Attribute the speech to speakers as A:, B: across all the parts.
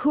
A: Who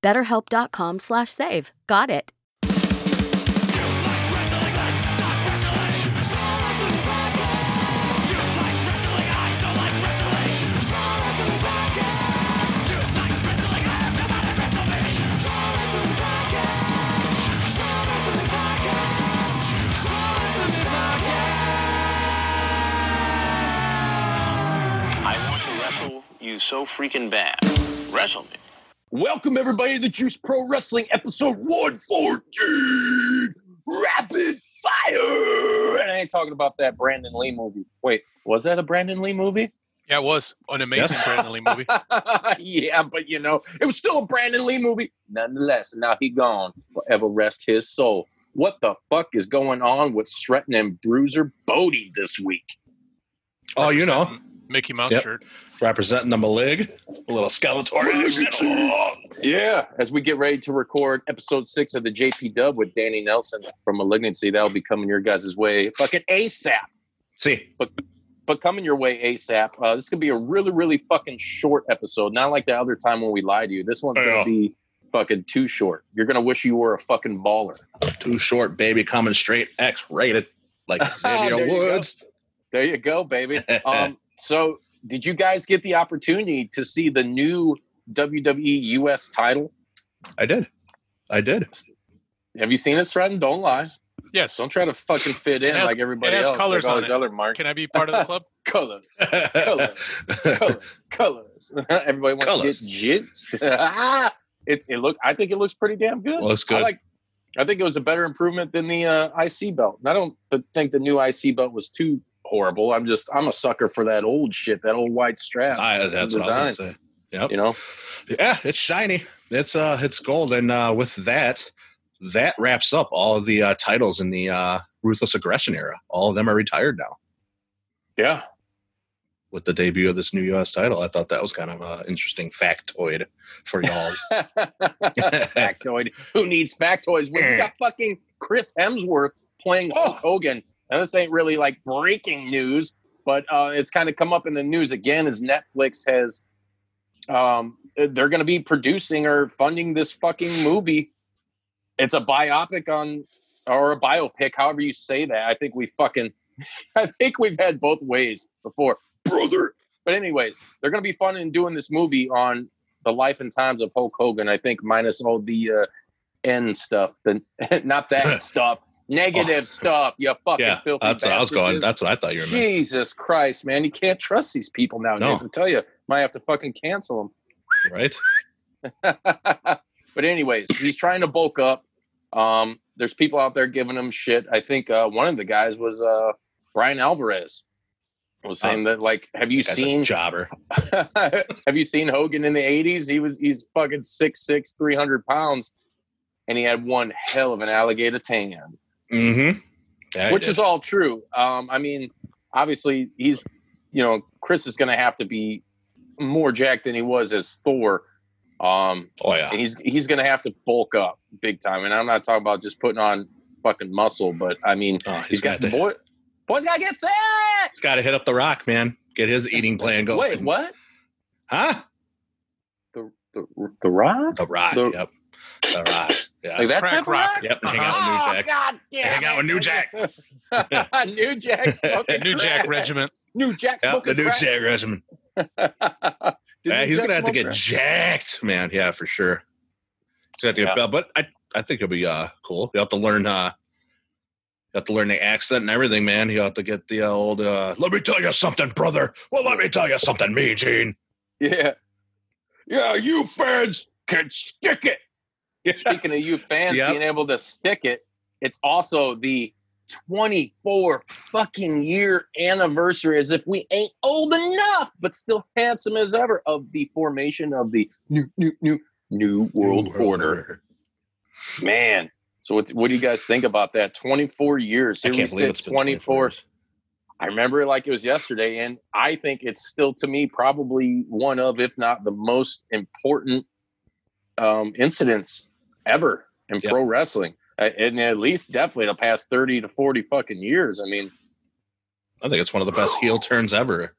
A: BetterHelp.com slash save. Got it.
B: I want to wrestle you so freaking bad. Wrestle me.
C: Welcome everybody to Juice Pro Wrestling episode 114 Rapid Fire. And I ain't talking about that Brandon Lee movie. Wait, was that a Brandon Lee movie?
D: Yeah, it was an amazing
C: Yes.
D: Brandon Lee movie.
C: yeah, but you know, it was still a Brandon Lee movie. Nonetheless, now he gone. Forever rest his soul. What the fuck is going on with Stretton and Bruiser Bodie this week?
E: Oh, you know,
D: Representing Mickey Mouse
E: Yep.
D: shirt.
E: representing the Malig, a little Skeletor. action.
C: Yeah, as we get ready to record episode six of the JP Dub with Danny Nelson from Malignancy, that'll be coming your guys' way fucking ASAP.
E: See,
C: but coming your way ASAP. Uh, this is gonna be a really, really fucking short episode. Not like the other time when we lied to you. This one's
E: I
C: gonna
E: know.
C: be fucking too short. You're gonna wish you were a fucking baller.
E: too short, baby, coming straight X rated, like
C: There
E: Xavier
C: you go.
E: Woods.
C: There you go, baby. um, so, did you guys get the opportunity to see the new WWE US title?
E: I did. I did.
C: Have you seen it, Threaten? Don't lie.
D: Yes.
C: Don't try to fucking fit in
D: It has-
C: like everybody
D: it has
C: else.
D: colors
C: like all
D: on
C: these
D: it.
C: other markets.
D: Can I be part of the club?
C: Colors, colors, colors. everybody wants
E: Colors.
C: to get jizzed. it's it look. I think it looks pretty damn good.
E: Looks good.
C: I like. I think it was a better improvement than the uh, IC belt. And I don't th- think the new IC belt was too horrible. I'm just I'm a sucker for that old shit, that old white strap.
E: I- that's what I was gonna say. Yep.
C: you know,
E: Yeah, it's shiny. It's uh, it's gold, and uh, with that, that wraps up all of the uh, titles in the uh, ruthless aggression era. All of them are retired now.
C: yeah,
E: With the debut of this new U.S. title, I thought that was kind of an interesting factoid for y'all.
C: factoid. Who needs factoids when you got fucking Chris Hemsworth playing Hulk Hogan? Now this ain't really like breaking news, but uh, it's kind of come up in the news again as Netflix has. Um, they're going to be producing or funding this fucking movie. It's a biopic on or a biopic, however you say that. I think we fucking, I think we've had both ways before, brother. But anyways, they're going to be fun and doing this movie on the life and times of Hulk Hogan. I think minus all the uh, N stuff, the not that stuff, negative stuff. You fucking
E: Oh. yeah,
C: filthy
E: that's what I was going.
C: bastards.
E: That's what I thought you were. meant.
C: Jesus Christ, man! You can't trust these people nowadays.
E: No.
C: I tell you, might have to fucking cancel them.
E: right?
C: but anyways, he's trying to bulk up. Um, there's people out there giving him shit. I think uh, one of the guys was uh, Brian Alvarez was saying that like, have you
E: As a
C: seen
E: jobber?
C: have you seen Hogan in the 80s? He was he's fucking 6'6", 300 pounds, and he had one hell of an alligator tan
E: Mm-hmm. Yeah,
C: which is all true. Um, I mean, obviously, he's you know Chris is going to have to be more jacked than he was as Thor. Um,
E: oh yeah,
C: and he's he's going to have to bulk up big time. And I'm not talking about just putting on fucking muscle, but I mean,
E: oh,
C: he's got
E: to,
C: boy, boy's got to get fat.
E: he's got to hit up the rock, man. Get his eating plan going.
C: Wait, what?
E: Huh?
C: The the the rock?
E: The rock.
C: The-
E: yep. The rock. Yeah.
C: Like ah, that
D: Crack
C: type of
D: rock.
C: rock? Oh,
E: Yep. and Hang out with New Jack.
C: God damn
E: Hang out with
C: Jack.
E: New Jack.
C: New Jack's fucking
D: New Jack
C: crack.
D: Regiment.
C: New Jack
E: Yep, the
C: smoking
E: New
C: crack.
E: Jack regimen.
C: Did
E: Yeah,
C: New
E: he's
C: Jack
E: gonna have to
C: smoke
E: get
C: crack?
E: jacked, man. Yeah, for sure. He's gonna have to get
C: Yeah.
E: built. But I I think it'll be uh cool. You have to learn uh you have to learn the accent and everything, man. You have to get the old uh let me tell you something, brother. Well let me tell you something, me Gene.
C: Yeah. Yeah, you fans can stick it. Speaking of you fans
E: Yep.
C: being able to stick it, it's also the 24 fucking year anniversary, as if we ain't old enough, but still handsome as ever, of the formation of the new, new, new, new world order. Man. So, what, what do you guys think about that? 24 years.
E: I
C: Here we
E: can't believe
C: sit,
E: it's been 24
C: 24 I remember it like it was yesterday, and I think it's still to me probably one of, if not the most important um, incidents ever in
E: Yep.
C: pro wrestling, Uh, and at least definitely the past thirty to forty fucking years. I mean,
E: I think it's one of the best heel turns ever.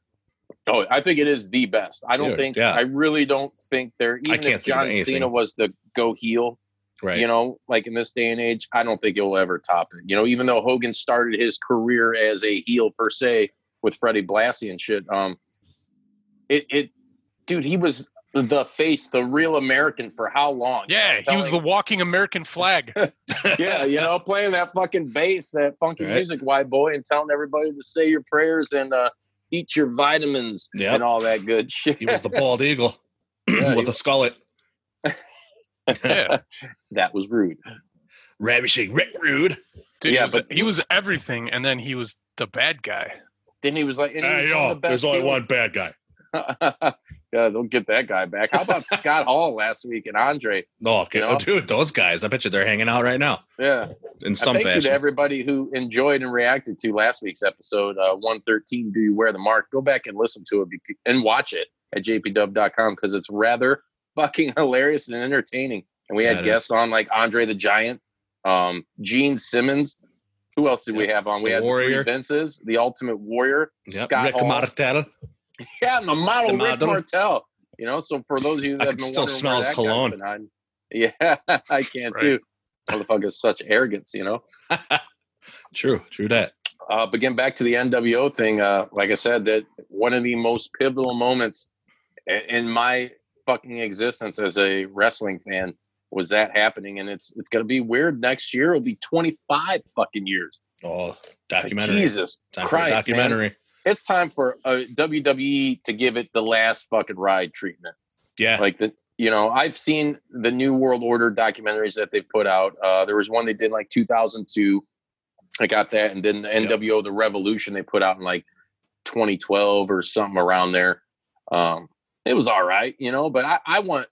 C: oh, I think it is the best. I don't
E: Dude,
C: think
E: yeah.
C: I really don't think there. Even
E: can't
C: if
E: think of
C: John
E: anything.
C: Cena was the go heel,
E: Right.
C: you know, like in this day and age, I don't think he'll ever top it. You know, even though Hogan started his career as a heel per se with Freddie Blassie and shit, um, it, it, dude, he was the face, the real American for how long?
D: Yeah, he was the
C: Telling-
D: walking American flag.
C: yeah, you know, playing that fucking bass, that funky
E: Right.
C: music, white boy, and telling everybody to say your prayers and uh, eat your vitamins
E: Yep.
C: and all that good shit.
E: he was the bald eagle
C: Yeah,
E: with
C: he-
E: a skullet.
D: Yeah,
C: that was rude.
E: Ravishing Rick Rude.
D: Dude,
C: Yeah,
D: he was,
C: but-
D: he was everything, and then he was the bad guy.
C: Then he was like, and he was one of the best heels.
E: bad guy.
C: yeah, they'll get that guy back. How about Scott Hall last week and Andre?
E: Oh, okay.
C: You
E: Oh,
C: know?
E: dude, those guys. I bet you they're hanging out right now
C: Yeah.
E: in
C: I
E: some
C: thank you to
E: fashion.
C: everybody who enjoyed and reacted to last week's episode uh, 113. Do you wear the mark? Go back and listen to it bec- and watch it at jpdub.com because it's rather fucking hilarious and entertaining. And we had
E: That is.
C: guests on like Andre the Giant, um, Gene Simmons. Who else did we have on? We
E: The
C: had
E: Warrior.
C: the three Vinces, the Ultimate Warrior,
E: Yep.
C: Scott
E: Rick
C: Hall.
E: Martel.
C: Yeah, and the model
E: The
C: Rick
E: model.
C: Martel. You know, so for those of you
E: uh, I
C: that have been
E: can still
C: wondering
E: smell
C: where
E: his
C: that guy's
E: cologne.
C: been hiding- Yeah, I can
D: Right.
C: too. Motherfucker's such arrogance, you know.
E: True, true that.
C: Uh, but getting back to the NWO thing, uh, like I said, that one of the most pivotal moments i- in my fucking existence as a wrestling fan was that happening, and it's it's gonna be weird next year. It'll be twenty five fucking years.
E: Oh,
C: Like,
E: documentary.
C: Jesus
E: Time for a
C: Christ, man.
E: documentary.
C: it's time for uh, WWE to give it the last fucking ride treatment.
E: Yeah.
C: Like the you know, I've seen the New World Order documentaries that they've put out. Uh, there was one they did in like 2002. I got that, and then the
E: Yep.
C: NWO The Revolution they put out in like 2012 or something around there. Um, it was all right, you know, but I, I want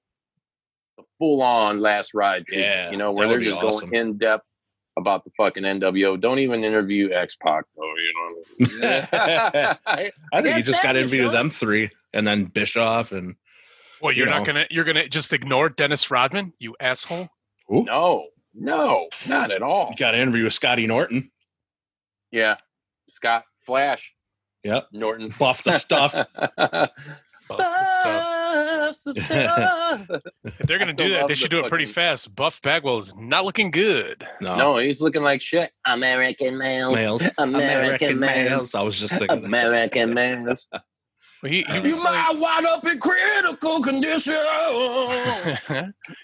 C: the full on last ride treatment,
E: Yeah,
C: you know,
E: that
C: where
E: would
C: they're
E: be
C: just
E: awesome.
C: going in depth about the fucking NWO. Don't even interview X Pac though, you know. I-
E: I think you
C: Yes,
E: just got to
C: thank you,
E: interview
C: sir.
E: them three and then Bischoff and
D: Well,
E: You
D: you're not
E: know.
D: gonna you're gonna just ignore Dennis Rodman, you asshole.
C: no, no, not at all.
E: you got to interview Scotty Norton.
C: Yeah, Scott Flash.
E: Yep.
C: Norton.
E: Buff the stuff.
D: Buff the stuff. If they're gonna
C: I still
D: do that,
C: love
D: they
C: the
D: should do it pretty
C: fucking-
D: fast. Buff Bagwell is not looking good.
E: No,
C: no, he's looking like shit. American males.
E: males.
C: American males.
E: I was just thinking. that.
C: American males.
D: Well, He, he
C: You
D: was like,
C: might wind up in critical condition.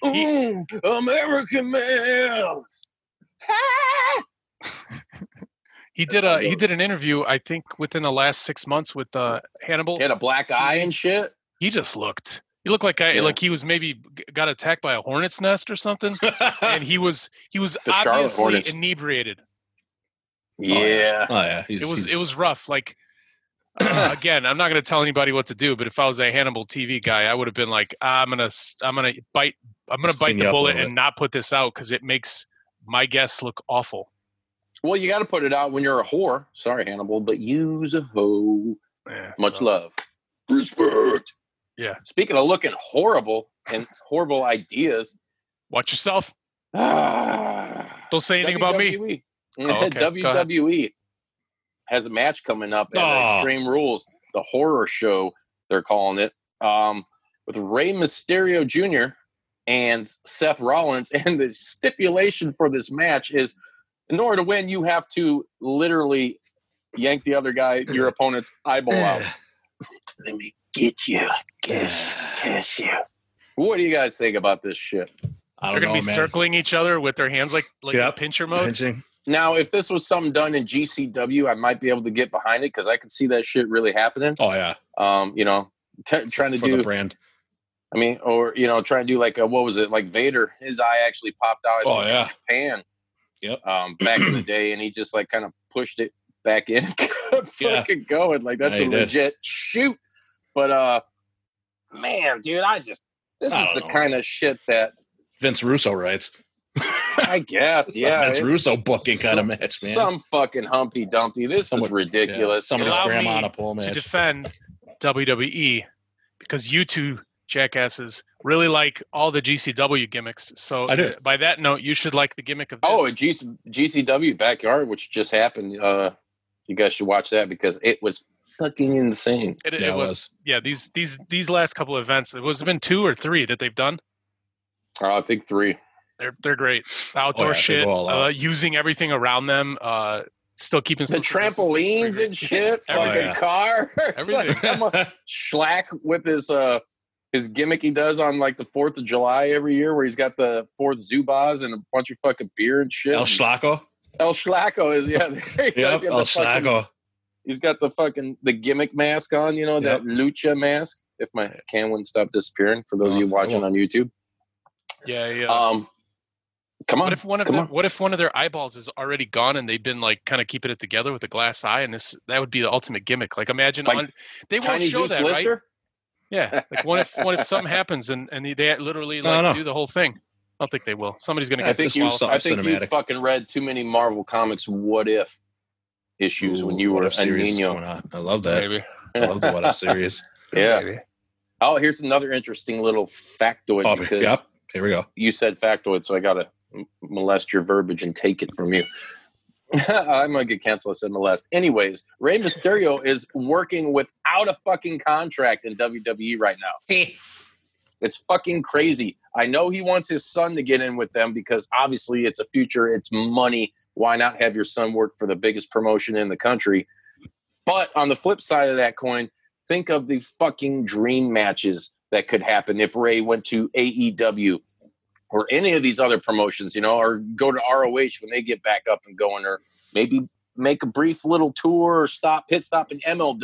C: Mm, American males.
D: he
C: That's
D: did
C: how
D: a
C: it
D: he
C: goes.
D: did an interview I think within the last six months with uh, Hannibal.
C: He had a black eye and shit.
D: He just looked. He looked like I
C: Yeah.
D: like he was maybe g- got attacked by a hornet's nest or something, and he was he was
C: The Charlotte
D: obviously
C: Hornets.
D: inebriated.
C: Yeah.
E: oh yeah, he's,
D: It was
E: he's-
D: it was rough. Like uh, again, I'm not going to tell anybody what to do, but if I was a Hannibal TV guy, I would have been like, I'm gonna s- I'm gonna bite I'm gonna
E: Let's
D: bite
E: clean you
D: the
E: up a
D: bullet
E: little bit.
D: and not put this out because it makes my guests look awful.
C: Well, you got to put it out when you're a whore. Sorry, Hannibal, but use a hoe.
D: Yeah,
C: Much
D: so-
C: love. Respect.
D: Yeah.
C: Speaking of looking horrible and horrible ideas,
D: Watch yourself.
C: ah,
D: Don't say anything about me.
C: WWE.
D: Oh, okay. Go ahead.
C: WWE E has a match coming up at
E: Aw.
C: Extreme Rules, the horror show they're calling it, um, with Rey Mysterio Jr. and Seth Rollins. And the stipulation for this match is in order to win, you have to literally yank the other guy, your opponent's eyeball out. Let me get you. Kiss, kiss you. What do you guys think about this shit?
E: I
D: They're
E: don't
D: going
E: know,
D: to be
E: man.
D: circling each other with their hands like like
E: Yep.
D: pincher mode.
E: Pinching.
C: Now, if this was something done in GCW, I might be able to get behind it because I could see that shit really happening.
E: Oh yeah,
C: Um, you know, t- trying to
E: for
C: do
E: the brand.
C: I mean, or you know, trying to do like a, what was it like Vader? His eye actually popped out.
E: Oh yeah,
C: Japan.
E: Yep.
C: Um, back in the day, and he just like kind of pushed it back in, and kept
E: Yeah.
C: fucking going. Like that's a
E: Yeah, he did.
C: legit shoot. But uh, man, dude, I just this
E: I
C: is
E: don't
C: the
E: know.
C: kind of shit that
E: Vince Russo writes.
C: I guess.
E: It's a
C: yeah,
E: Vince
C: it's
E: Russo booking kind of
C: some-
E: match, man.
C: Some fucking Humpty Dumpty. This
E: Someone-
C: is
E: Yeah,
C: ridiculous.
E: Somebody's
D: Allow
E: grandma
D: me
E: on a pole match.
D: to defend WWE because you two jackasses really like all the GCW gimmicks. So
E: I do.
D: by that note, you should like the gimmick of this.
C: Oh, at GC, GCW backyard, which just happened. Uh, you guys should watch that because it was fucking insane.
D: it, it
E: Yeah, it
D: was,
E: was.
D: yeah. These these these last couple events, it was it been two or three that they've done.
C: Uh, I think three.
D: They're they're great. Outdoor
E: Oh, yeah, they
D: shit,
E: go all out.
D: uh, using everything around them, uh, still keeping
C: The
D: social distancing
C: trampolines
D: is pretty great.
C: and shit,
D: Everything.
C: fucking
E: Oh, Yeah.
C: car. It's like,
D: Everything.
C: come on. Schlack with his uh his gimmick he does on like the Fourth of July every year, where he's got the Fourth Zubaz and a bunch of fucking beer and shit.
E: El Schlacko.
C: El Schlacko is yeah. There he goes. He's got
E: Yep, El
C: the fucking-
E: Schlacko.
C: he's got the fucking the gimmick mask on, you know, that lucha mask. If my can wouldn't stop disappearing, for those of
E: No,
C: you
E: it
C: watching
E: won't.
C: on YouTube,
D: Yeah, yeah.
C: um, come on,
D: what if one of
C: come
D: them,
C: on.
D: what if one of their eyeballs is already gone and they've been like kind of keeping it together with a glass eye and this that would be the ultimate gimmick. Like imagine
C: Like
D: on, they won't
C: Tiny
D: show
C: Zeus
D: that, right?
C: Lister.
D: Yeah. Like what if what if something happens and and they- they literally
E: No,
D: like
E: no.
D: do the whole thing? I don't think they will. Somebody's gonna
E: I
D: get
C: I think
E: Just
C: you,
D: disqualified.
E: follow
C: I think you
E: Oh, cinematic.
C: fucking read too many Marvel comics. What if issues when
E: Ooh,
C: you
E: what
C: were
E: if
C: a
E: series
C: Nino?
E: going on. I love that.
D: Maybe.
E: I love the what if series.
C: Yeah.
D: Maybe.
C: Oh, here's another interesting little factoid
E: Oh,
C: because
E: yep. Here we go.
C: you said factoid, so I gotta m- molest your verbiage and take it from you. I'm gonna get canceled. I said molest. Anyways, Rey Mysterio is working without a fucking contract in WWE right now. it's fucking crazy. I know he wants his son to get in with them because obviously it's a future, it's money. Why not have your son work for the biggest promotion in the country? But on the flip side of that coin, think of the fucking dream matches that could happen if Ray went to E AEW or any of these other promotions, you know, or go to ROH when they get back up and going, or maybe make a brief little tour or stop, pit stop in MLW.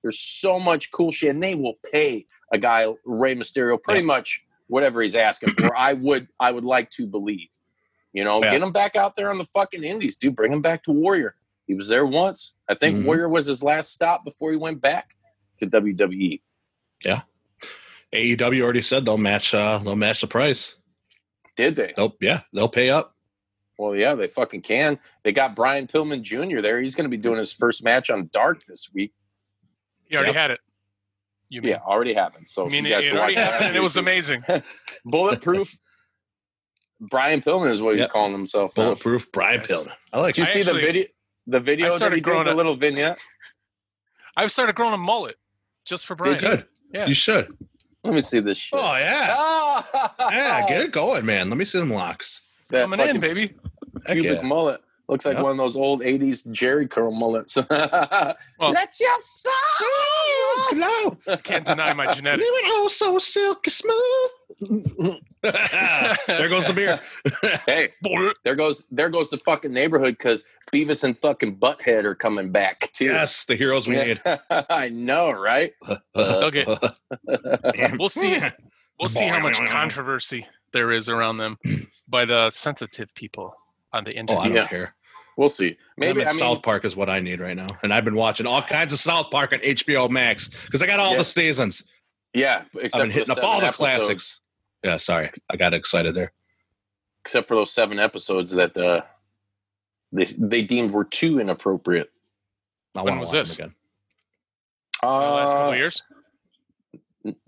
C: There's so much cool shit, and they will pay a guy Ray Mysterio pretty much whatever he's asking for. I would, I would like to believe, you know,
E: Yeah.
C: get him back out there on the fucking Indies, dude. Bring him back to Warrior. He was there once. I think
E: Mhm.
C: Warrior was his last stop before he went back to E, WWE.
E: AEW E already said they'll match. Uh, they'll match the price.
C: Did they?
E: They'll yeah. They'll pay up.
C: Well, yeah, they fucking can. They got Brian Pillman Jr. there. He's going to be doing his first match on Dark this week.
D: You already
E: Yep.
D: had it. You mean
C: Yeah, already happened. So
D: I mean
C: you
D: it,
C: guys
D: it
C: can watch
D: already
C: that.
D: happened and it was
C: YouTube.
D: amazing.
C: bulletproof. Brian Pillman is what he's
E: Yep.
C: calling himself. now.
E: Bulletproof Brian
D: Nice.
E: Pillman. I like.
C: Did you
D: I
C: see
D: actually-
C: the video? The video that
D: started
C: he did,
D: growing
C: the
D: up-
C: little vignette.
D: I've started growing a mullet just for Brian.
E: You should.
D: Yeah.
E: You should.
C: Let me see this shit.
E: Oh yeah.
C: Ah!
E: Yeah. Get it going, man. Let me see them locks.
C: that
D: Coming in,
C: fucking
D: baby.
E: Heck
C: Cubic
E: yeah.
C: mullet looks like
E: Yep.
C: one of those old '80s Jerry curl mullets. Let your soul. Oh.
E: Hello.
D: Can't deny my genetics.
E: You know, so silky smooth. there goes the beer.
C: Hey, there goes there goes the fucking neighborhood because Beavis and fucking Butthead are coming back too.
E: yes, the heroes we need.
C: I know, right?
D: Thug
C: Uh,
D: it. We'll see. We'll see how much controversy there is around them by the sensitive people on the
E: Oh,
D: internet.
E: I don't
C: Yeah.
E: care.
C: We'll see.
E: Maybe
C: Maybe I mean,
E: South Park is what I need right now, and I've been watching all kinds of South Park on HBO Max because I got all
C: Yeah.
E: the seasons.
C: yeah,
E: I've
C: except
E: been
C: for
E: hitting
C: those
E: up all
C: seven
E: the
C: episodes-
E: classics. Yeah, sorry, I got excited there.
C: Except for those seven episodes that uh, they they deemed were too inappropriate.
E: I
D: When
E: want to
D: was
E: watch them
D: this?
E: again.
D: in the last couple
C: Uh,
D: years.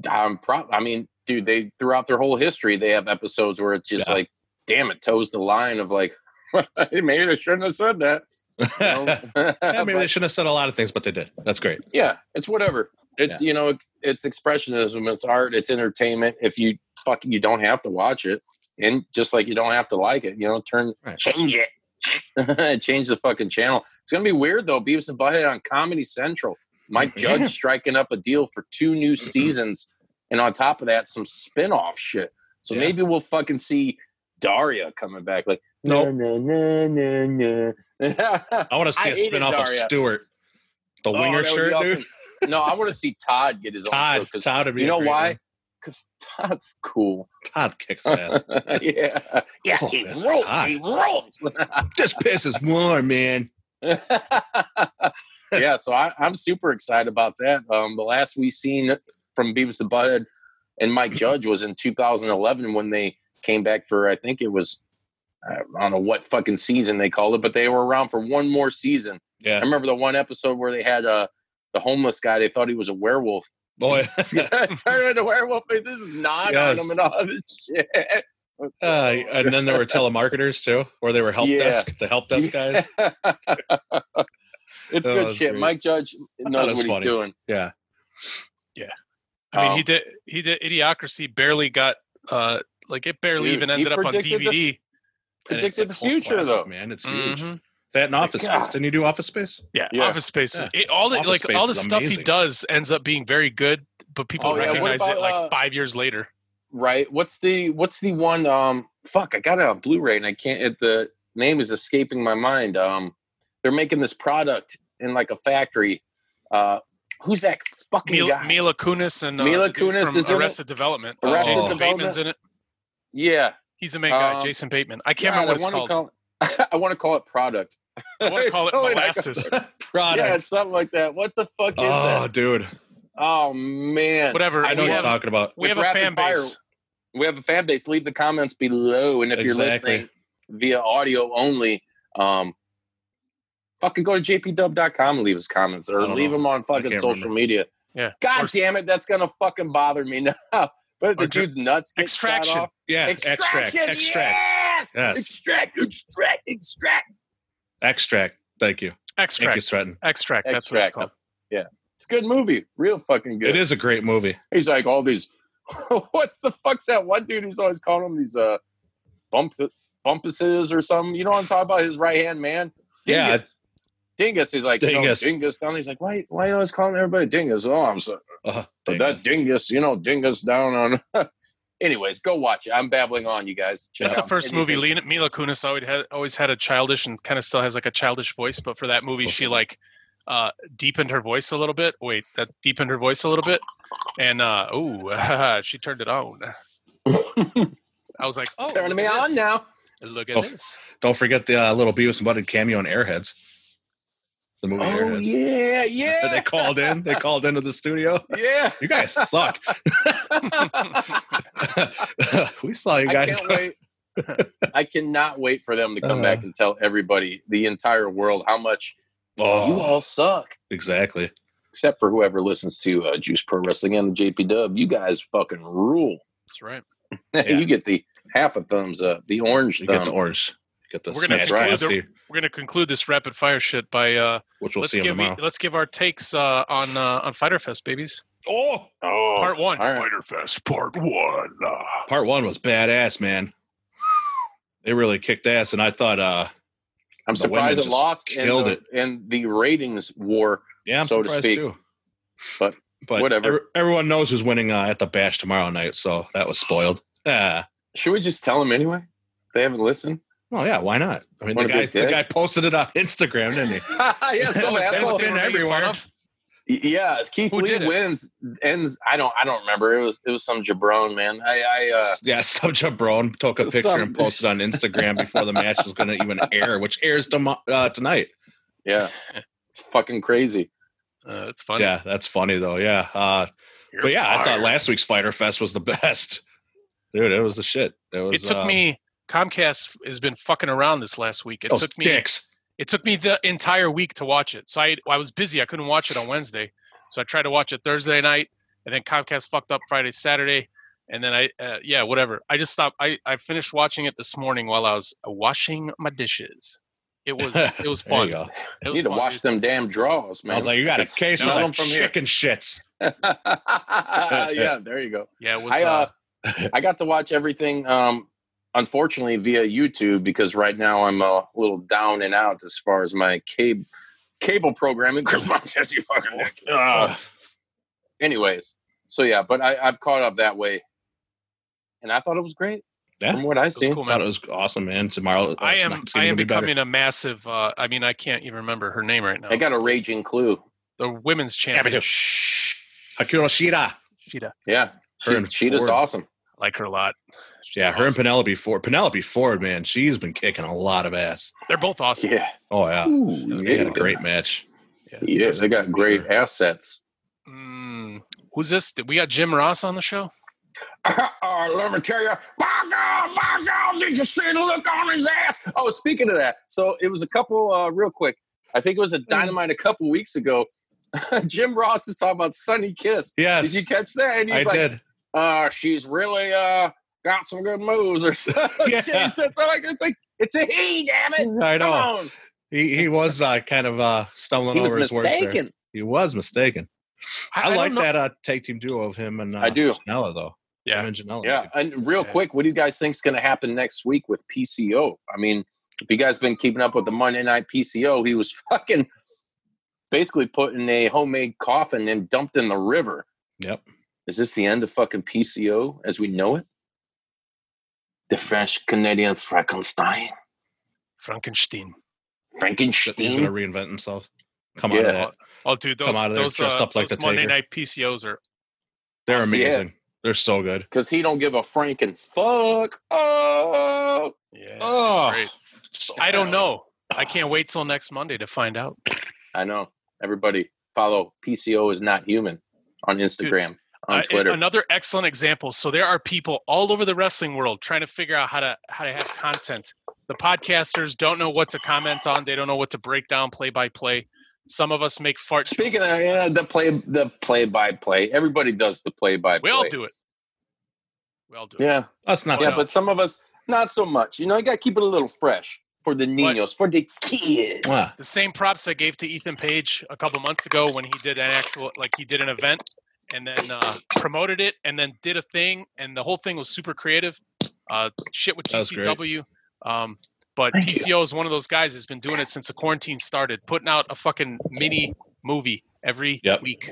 C: I'm pro- I mean, dude, they throughout their whole history, they have episodes where it's just
E: Yeah.
C: like, damn, it toes the line of like, maybe they shouldn't have said that. you know?
E: yeah, maybe
C: But-
E: they shouldn't have said a lot of things, but they did. That's great.
C: yeah it's whatever it's you know it's, it's expressionism it's art it's entertainment if you fucking you don't have to watch it and just like you don't have to like it you know turn
E: Right.
C: change it change the fucking channel it's gonna be weird though beavis and butthead on comedy central mike
E: Yeah.
C: judge striking up a deal for two new seasons and on top of that some spin-off shit So
E: Yeah.
C: maybe we'll fucking see Daria coming back. Like no,
E: Nope.
C: no, no, no, no.
E: I want to see
C: I
E: a
C: hated
E: spin off of
C: Daria.
E: Stewart. The
C: Oh,
E: winger
C: that would be
E: shirt, dude.
C: awesome. No, I want to see Todd get his own
E: Todd.
C: show 'cause
E: Todd would be
C: you
E: a
C: know
E: great
C: why?
E: one.
C: Because Todd's cool.
E: Todd kicks ass.
C: yeah, yeah,
E: Oh,
C: he
E: that's
C: rolls,
E: Todd.
C: he rolls.
E: this piss is warm, man.
C: yeah, so I, I'm super excited about that. Um, the last we seen from Beavis the Butthead and Mike Judge was in 2011 when they came back for I think it was I don't know what fucking season they called it, but they were around for one more season. I
E: Yeah.
C: remember the one episode where they had uh, the homeless guy. They thought he was a werewolf.
E: Boy.
C: Turned into a werewolf. Like, This is not on
E: Yes.
C: him and all this shit.
E: uh, and then there were telemarketers too, or they were help
C: Yeah.
E: desk, the help desk guys.
C: it's
E: That
C: good
E: was
C: shit.
E: great.
C: Mike Judge knows
E: was
C: what he's
E: funny.
C: doing.
E: Yeah.
D: I mean, he
C: Um,
D: did he did Idiocracy barely got uh like it barely
C: Dude,
D: even
C: he
D: ended up on
C: predicted the-
D: DVD.
E: And it's
C: Predicted
E: a
C: the
E: cult
C: future
E: classic,
C: though.
E: man. It's huge.
D: Mhm.
E: That and Office
C: God.
E: Space. Didn't you do Office Space?
D: Yeah,
C: Yeah.
D: Office Space.
E: Yeah.
D: It, all the
E: Office
D: like
E: Space
D: all the
E: is
D: stuff he
E: amazing.
D: does ends up being very good, but people
C: Oh, yeah, what
D: recognize it
C: about,
D: like
C: uh,
D: five years later.
C: Right. What's the what's the one um fuck, I got it on Blu-ray and I can't it, the name is escaping my mind. Um they're making this product in like a factory. Uh who's that fucking
D: Mila,
C: guy?
D: Mila Kunis and uh,
C: Mila
D: the dude
C: Kunis
D: from
C: is in it.
D: Arrested Development.
C: Arrested
D: Jason
C: Development.
D: Bateman's in it.
C: Yeah.
D: He's the main guy.
C: Um,
D: Jason Bateman. I can't remember what it's
C: God, I
D: called.
C: wanna Call, I want to call it product.
D: I want to
C: It's
D: call it
C: totally not
D: molasses.
C: gonna-
E: Product.
C: Yeah, it's something like that. What the fuck is
E: oh,
C: that?
E: dude.
C: Oh man.
D: Whatever.
E: I
D: we
E: know what you're
D: have,
E: talking about.
D: we
C: It's
D: have a
C: rapid
D: fan
C: fire.
D: base.
C: we have a fan base. Leave the comments below, and if
E: Exactly.
C: you're listening via audio only, um, fucking go to jpdub.com and leave us comments, or
E: I don't
C: leave
E: know.
C: them on fucking
E: can't
C: social
E: remember.
C: media.
D: Yeah.
C: God
D: Or s-
C: damn it, that's gonna fucking bother me now. But the
D: Or dr-
C: dude's nuts. get shot
D: Extraction.
C: off.
E: Yeah.
C: Extraction.
E: Extract. Extract.
C: Yes!
E: Yes.
C: Extract. Extract. Extract.
E: Extract. Thank you. Thank
D: Extract.
E: you, Stratton.
D: Extract. That's what it's
C: Extract.
D: called.
C: It's a good movie. Real fucking good.
E: It is a great movie.
C: He's like all these. what the fuck's that one dude? He's always calling him these uh, bump bumpuses or something. You know what I'm talking about? His right hand man,
E: Yeah,
C: Dingus. Dingus. He's like
E: Dingus.
C: You know, dingus down. He's like, why? Why you always calling everybody Dingus? Oh, I'm so
E: Oh,
C: but
E: dang
C: that Dingus. You know, Dingus down on. Anyways, go watch it. I'm babbling on, you guys. Check
D: That's the
C: out
D: first movie.
C: anything.
D: Lena, Mila Kunis always had, always had a childish and kind of still has like a childish voice, but for that movie, she like uh, deepened her voice a little bit. Wait, that deepened her voice a little bit, and uh, oh, she turned it on. I was like, oh,
C: Turning
D: look
C: me
D: at
C: on
D: this.
C: now.
D: Look at
E: Oh,
D: this.
E: it. Don't forget the uh, little Beavis and Butthead cameo in Airheads. The movie
C: Oh
E: Airheads.
C: yeah,
E: They
C: yeah,
E: called in. They called into the studio.
C: yeah.
E: You guys suck. we saw you guys.
C: I can't
E: Uh-huh.
C: wait. I cannot wait for them to come back and tell everybody, the entire world, how much
E: Oh,
C: you all suck.
E: exactly.
C: Except for whoever listens to uh, Juice Pro Wrestling and the JP Dub, you guys fucking rule.
D: That's right.
C: you get the half a thumbs up, the orange
E: You
C: thumb.
E: get the orange. You get the
D: We're gonna
E: smash
C: try
D: the-
E: nasty,
D: We're gonna conclude this rapid fire shit by uh,
E: which we'll
D: let's
E: see him
D: give e-
E: tomorrow.
D: let's give our takes uh, on uh, on Fighter Fest, babies.
E: oh,
C: oh,
D: part one.
C: all right.
D: Fighter Fest Part One.
E: part one was badass, man. It really kicked ass, and I thought, uh,
C: I'm
E: The women
C: surprised it
E: just
C: lost in
E: killed
C: the,
E: it.
C: in the ratings war.
E: yeah, I'm
C: So to
E: surprised
C: speak.
E: too.
C: But whatever.
E: every- everyone knows who's winning uh, at the bash tomorrow night, so that was spoiled. Ah. Yeah.
C: Should we just tell them anyway? They haven't listened.
E: Well, Oh, yeah, why not? I mean,
C: What a
E: the guy,
C: big
E: the
C: dick.
E: guy posted it on Instagram, didn't he?
C: yeah,
E: Oh,
C: some
E: it's
C: asshole
E: been everywhere.
C: Y- Yeah, it's Keith
D: Who
C: Lee
D: did it?
C: wins ends. I don't. I don't remember. It was. It was some jabron man. I. I uh,
E: yeah, some jabron took a picture
C: Some-
E: and posted on Instagram before the match was going to even air, which airs tomo- uh, tonight.
C: yeah, it's fucking crazy.
D: Uh, it's funny.
E: Yeah, that's funny though. Yeah, uh,
D: You're
E: but yeah, I thought
D: fired.
E: last week's Fighter Fest was the best, dude. It was the shit. It was.
D: it took
E: uh,
D: me Comcast has been fucking around this last week. It
E: those
D: took me
E: dicks.
D: it took me the entire week to watch it. So I I was busy. I couldn't watch it on Wednesday. So I tried to watch it Thursday night and then Comcast fucked up Friday, Saturday, and then I uh, yeah, whatever. I just stopped I I finished watching it this morning while I was washing my dishes. It was it was
E: There
D: fun.
E: you go.
D: It
C: You
D: was
C: need to
D: fun,
C: wash
D: dude.
C: them damn draws, man.
E: I was like, you got a
C: It's
E: case
C: smell
E: of
C: 'em
E: like chicken shits.
C: yeah, there you go.
D: Yeah, it was
C: I
D: uh,
C: uh, I got to watch everything. Um, unfortunately, via YouTube because right now I'm a little down and out as far as my cable cable programming. Because my Jesse fucking.
D: Ah,
C: Uh, anyways, so yeah, but I, I've caught up that way. and I thought it was great.
E: Yeah.
C: From what I see,
D: cool,
E: Thought
D: man.
E: it was awesome, man. Tomorrow, uh,
D: I am
E: tonight's
D: I
E: gonna
D: am
E: be better.
D: becoming a massive. Uh, I mean, I can't even remember her name right now.
C: I got a raging clue.
D: the women's
E: me
D: champion.
E: too. Hakuro Shida.
D: Sheeta.
C: Yeah,
E: Her
C: she,
E: and
C: she just
E: Ford.
C: awesome.
D: I like her a lot. She's
E: Yeah, her and
D: awesome.
E: Penelope Ford. Penelope Ford, man, she's been kicking a lot of ass.
D: They're both awesome.
C: Yeah,
E: Oh yeah,
C: Ooh,
E: they
C: yeah,
E: had a great match.
C: yeah, they got great assets.
D: Mm, who's this? Did we got Jim Ross on the show?
C: oh, let me tell you, my God, my God, did you see the look on his ass? Oh, speaking of that, so it was a couple, uh, real quick. I think it was a
E: Hmm.
C: dynamite a couple weeks ago. Jim Ross is talking about Sunny Kiss.
E: Yes,
C: Did you catch that? And he's
E: I
C: like,
E: did.
C: uh, she's really uh got some good moves or something.
E: Yeah.
C: he said something like it's like it's a he, damn it.
E: I
C: Come
E: know
C: on.
E: he, he was uh, kind of uh, stumbling
C: He was
E: over his words. There.
C: mistaken.
E: He was mistaken. I,
D: don't
E: like
D: know-
E: that uh, tag team duo of him and uh,
C: I do.
E: Janela though.
D: Yeah.
E: Him and Janela.
C: Yeah. And real
D: Yeah.
C: quick, what do you guys think's gonna happen next week with PCO? I mean, if you guys been keeping up with the Monday night PCO, he was fucking basically put in a homemade coffin and dumped in the river.
E: Yep.
C: Is this the end of fucking PCO as we know it? The French Canadian Frankenstein.
D: Frankenstein.
E: He's gonna
C: Frankenstein.
E: reinvent himself. Come
C: Yeah.
E: on, that.
D: Oh, dude,
E: Come
D: those
E: out of there
D: those,
E: dressed
D: uh,
E: up like
D: those
E: the
D: Monday
E: Taker.
D: night PCOs are
E: they're
C: see it.
E: amazing. They're so good.
C: Because he don't give a franken fuck. Oh,
D: yeah. it's
E: Oh,
D: great.
E: so
D: I don't
E: good.
D: know. I can't wait till next Monday to find out.
C: I know. Everybody follow PCO is not human on Instagram, on
D: Uh,
C: Twitter.
D: another excellent example. So there are people all over the wrestling world trying to figure out how to how to have content. The podcasters don't know what to comment on. They don't know what to break down play by play. Some of us make fart.
C: Speaking of yeah, the play, the play by play, everybody does the play by play.
D: we all do it. We all do it.
C: Yeah,
E: That's not.
D: Why
C: Oh, yeah,
D: not?
C: but some of us not so much. You know, you got to keep it a little fresh for the niños, for the kids.
E: Mwah.
D: The same props I gave to Ethan Page a couple months ago when he did an actual like he did an event and then uh, promoted it and then did a thing and the whole thing was super creative. Uh, shit with
E: That was great.
D: GCW. Um, but
C: Thank you.
D: PCO is one of those guys that's been doing it since the quarantine started, putting out a fucking mini movie every
E: Yep.
D: week.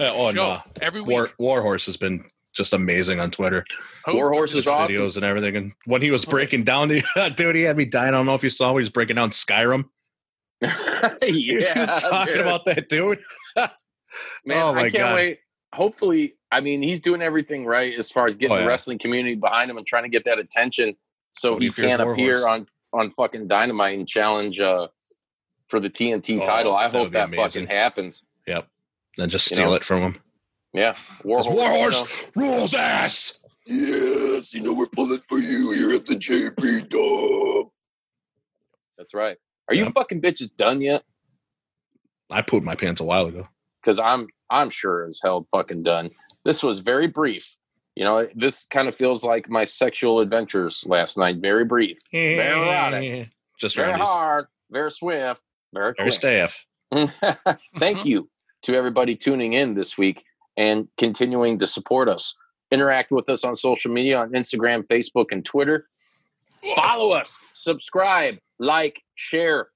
E: Yeah, oh
D: Show,
E: no.
D: every week.
E: War Warhorse has been just amazing on Twitter.
D: Who?
C: Warhorse is
E: His
C: awesome.
E: videos and everything. And when he was breaking down the dude, he had me dying. I don't know if you saw when he was breaking down Skyrim. He
C: yeah,
E: was talking
C: dude.
E: about that dude.
C: Man,
E: Oh,
C: I
E: my
C: can't
E: God.
C: wait. Hopefully, I mean, he's doing everything right as far as getting
E: Oh, yeah.
C: the wrestling community behind him and trying to get that attention so
E: Cody
C: he
E: Fears
C: can
E: Warhorse.
C: appear on on fucking Dynamite and challenge uh for the TNT
E: Oh,
C: title. I
E: that
C: hope
E: would be
C: that
E: amazing.
C: fucking happens.
E: Yep. And just
C: You
E: steal
C: know.
E: it from him.
C: Yeah,
E: 'Cause Warhorse
C: you know,
E: rules ass.
F: Yes, you know we're pulling for you here at the JP Dub.
C: that's right. Are you
E: Yeah.
C: fucking bitches done yet?
E: I pooped my pants a while ago.
C: Because I'm I'm sure as hell fucking done. This was very brief. You know, this kind of feels like my sexual adventures last night. Very brief, erotic.
E: Just
C: very
E: roundies.
C: hard, very swift, very
E: Very
C: quick.
E: staff.
D: Mm-hmm.
C: Thank you to everybody tuning in this week and continuing to support us. Interact with us on social media on Instagram, Facebook, and Twitter. Follow us, subscribe, like, share,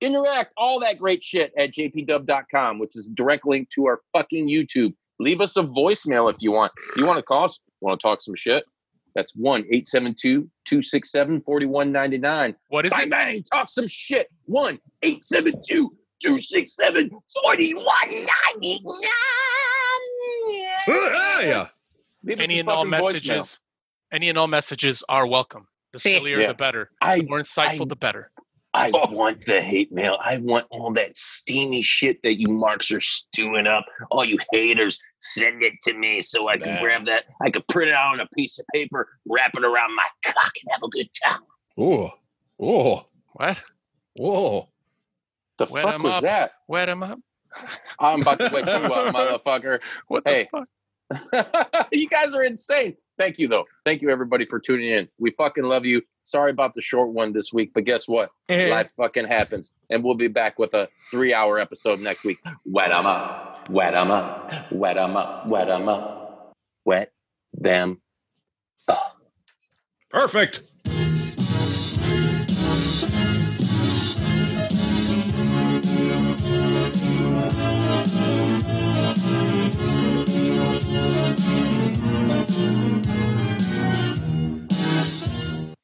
C: interact, all that great shit at jpdub.com, which is a direct link to our fucking YouTube. Leave us a voicemail if you want. You want to call us, want to talk some shit? That's 1 872 267 4199.
D: What is
C: Bang,
D: it?
C: bang, talk some shit. 1
F: 872 267 4199.
E: yeah.
C: Leave us
D: Any
C: a
D: and all
C: fucking voicemail.
D: messages. Any and all messages are welcome. The
F: See?
D: sillier,
C: Yeah.
D: the better. The
C: I
D: more insightful,
C: I-
D: the better.
C: I
F: Oh.
C: want the hate mail. I want all that steamy shit that you marks are stewing up. All you haters,
F: Send it to me so I can
E: Nah.
F: grab that.
C: I could print it out on a piece of paper, wrap it around my cock, and have a good time.
E: Ooh. Ooh.
D: What?
E: Whoa.
C: The
D: Wet
C: fuck
D: 'em
C: was
D: up.
C: that?
D: Wet him up.
C: I'm about to wet you up, motherfucker.
D: What
C: Hey.
D: the fuck?
C: you guys are insane. Thank you though. Thank you everybody for tuning in. We fucking love you. Sorry about the short one this week, but guess what? Life fucking happens, and we'll be back with a three-hour episode next week. Wet 'em up, wet 'em up, wet 'em up, wet 'em up, wet them
E: Perfect.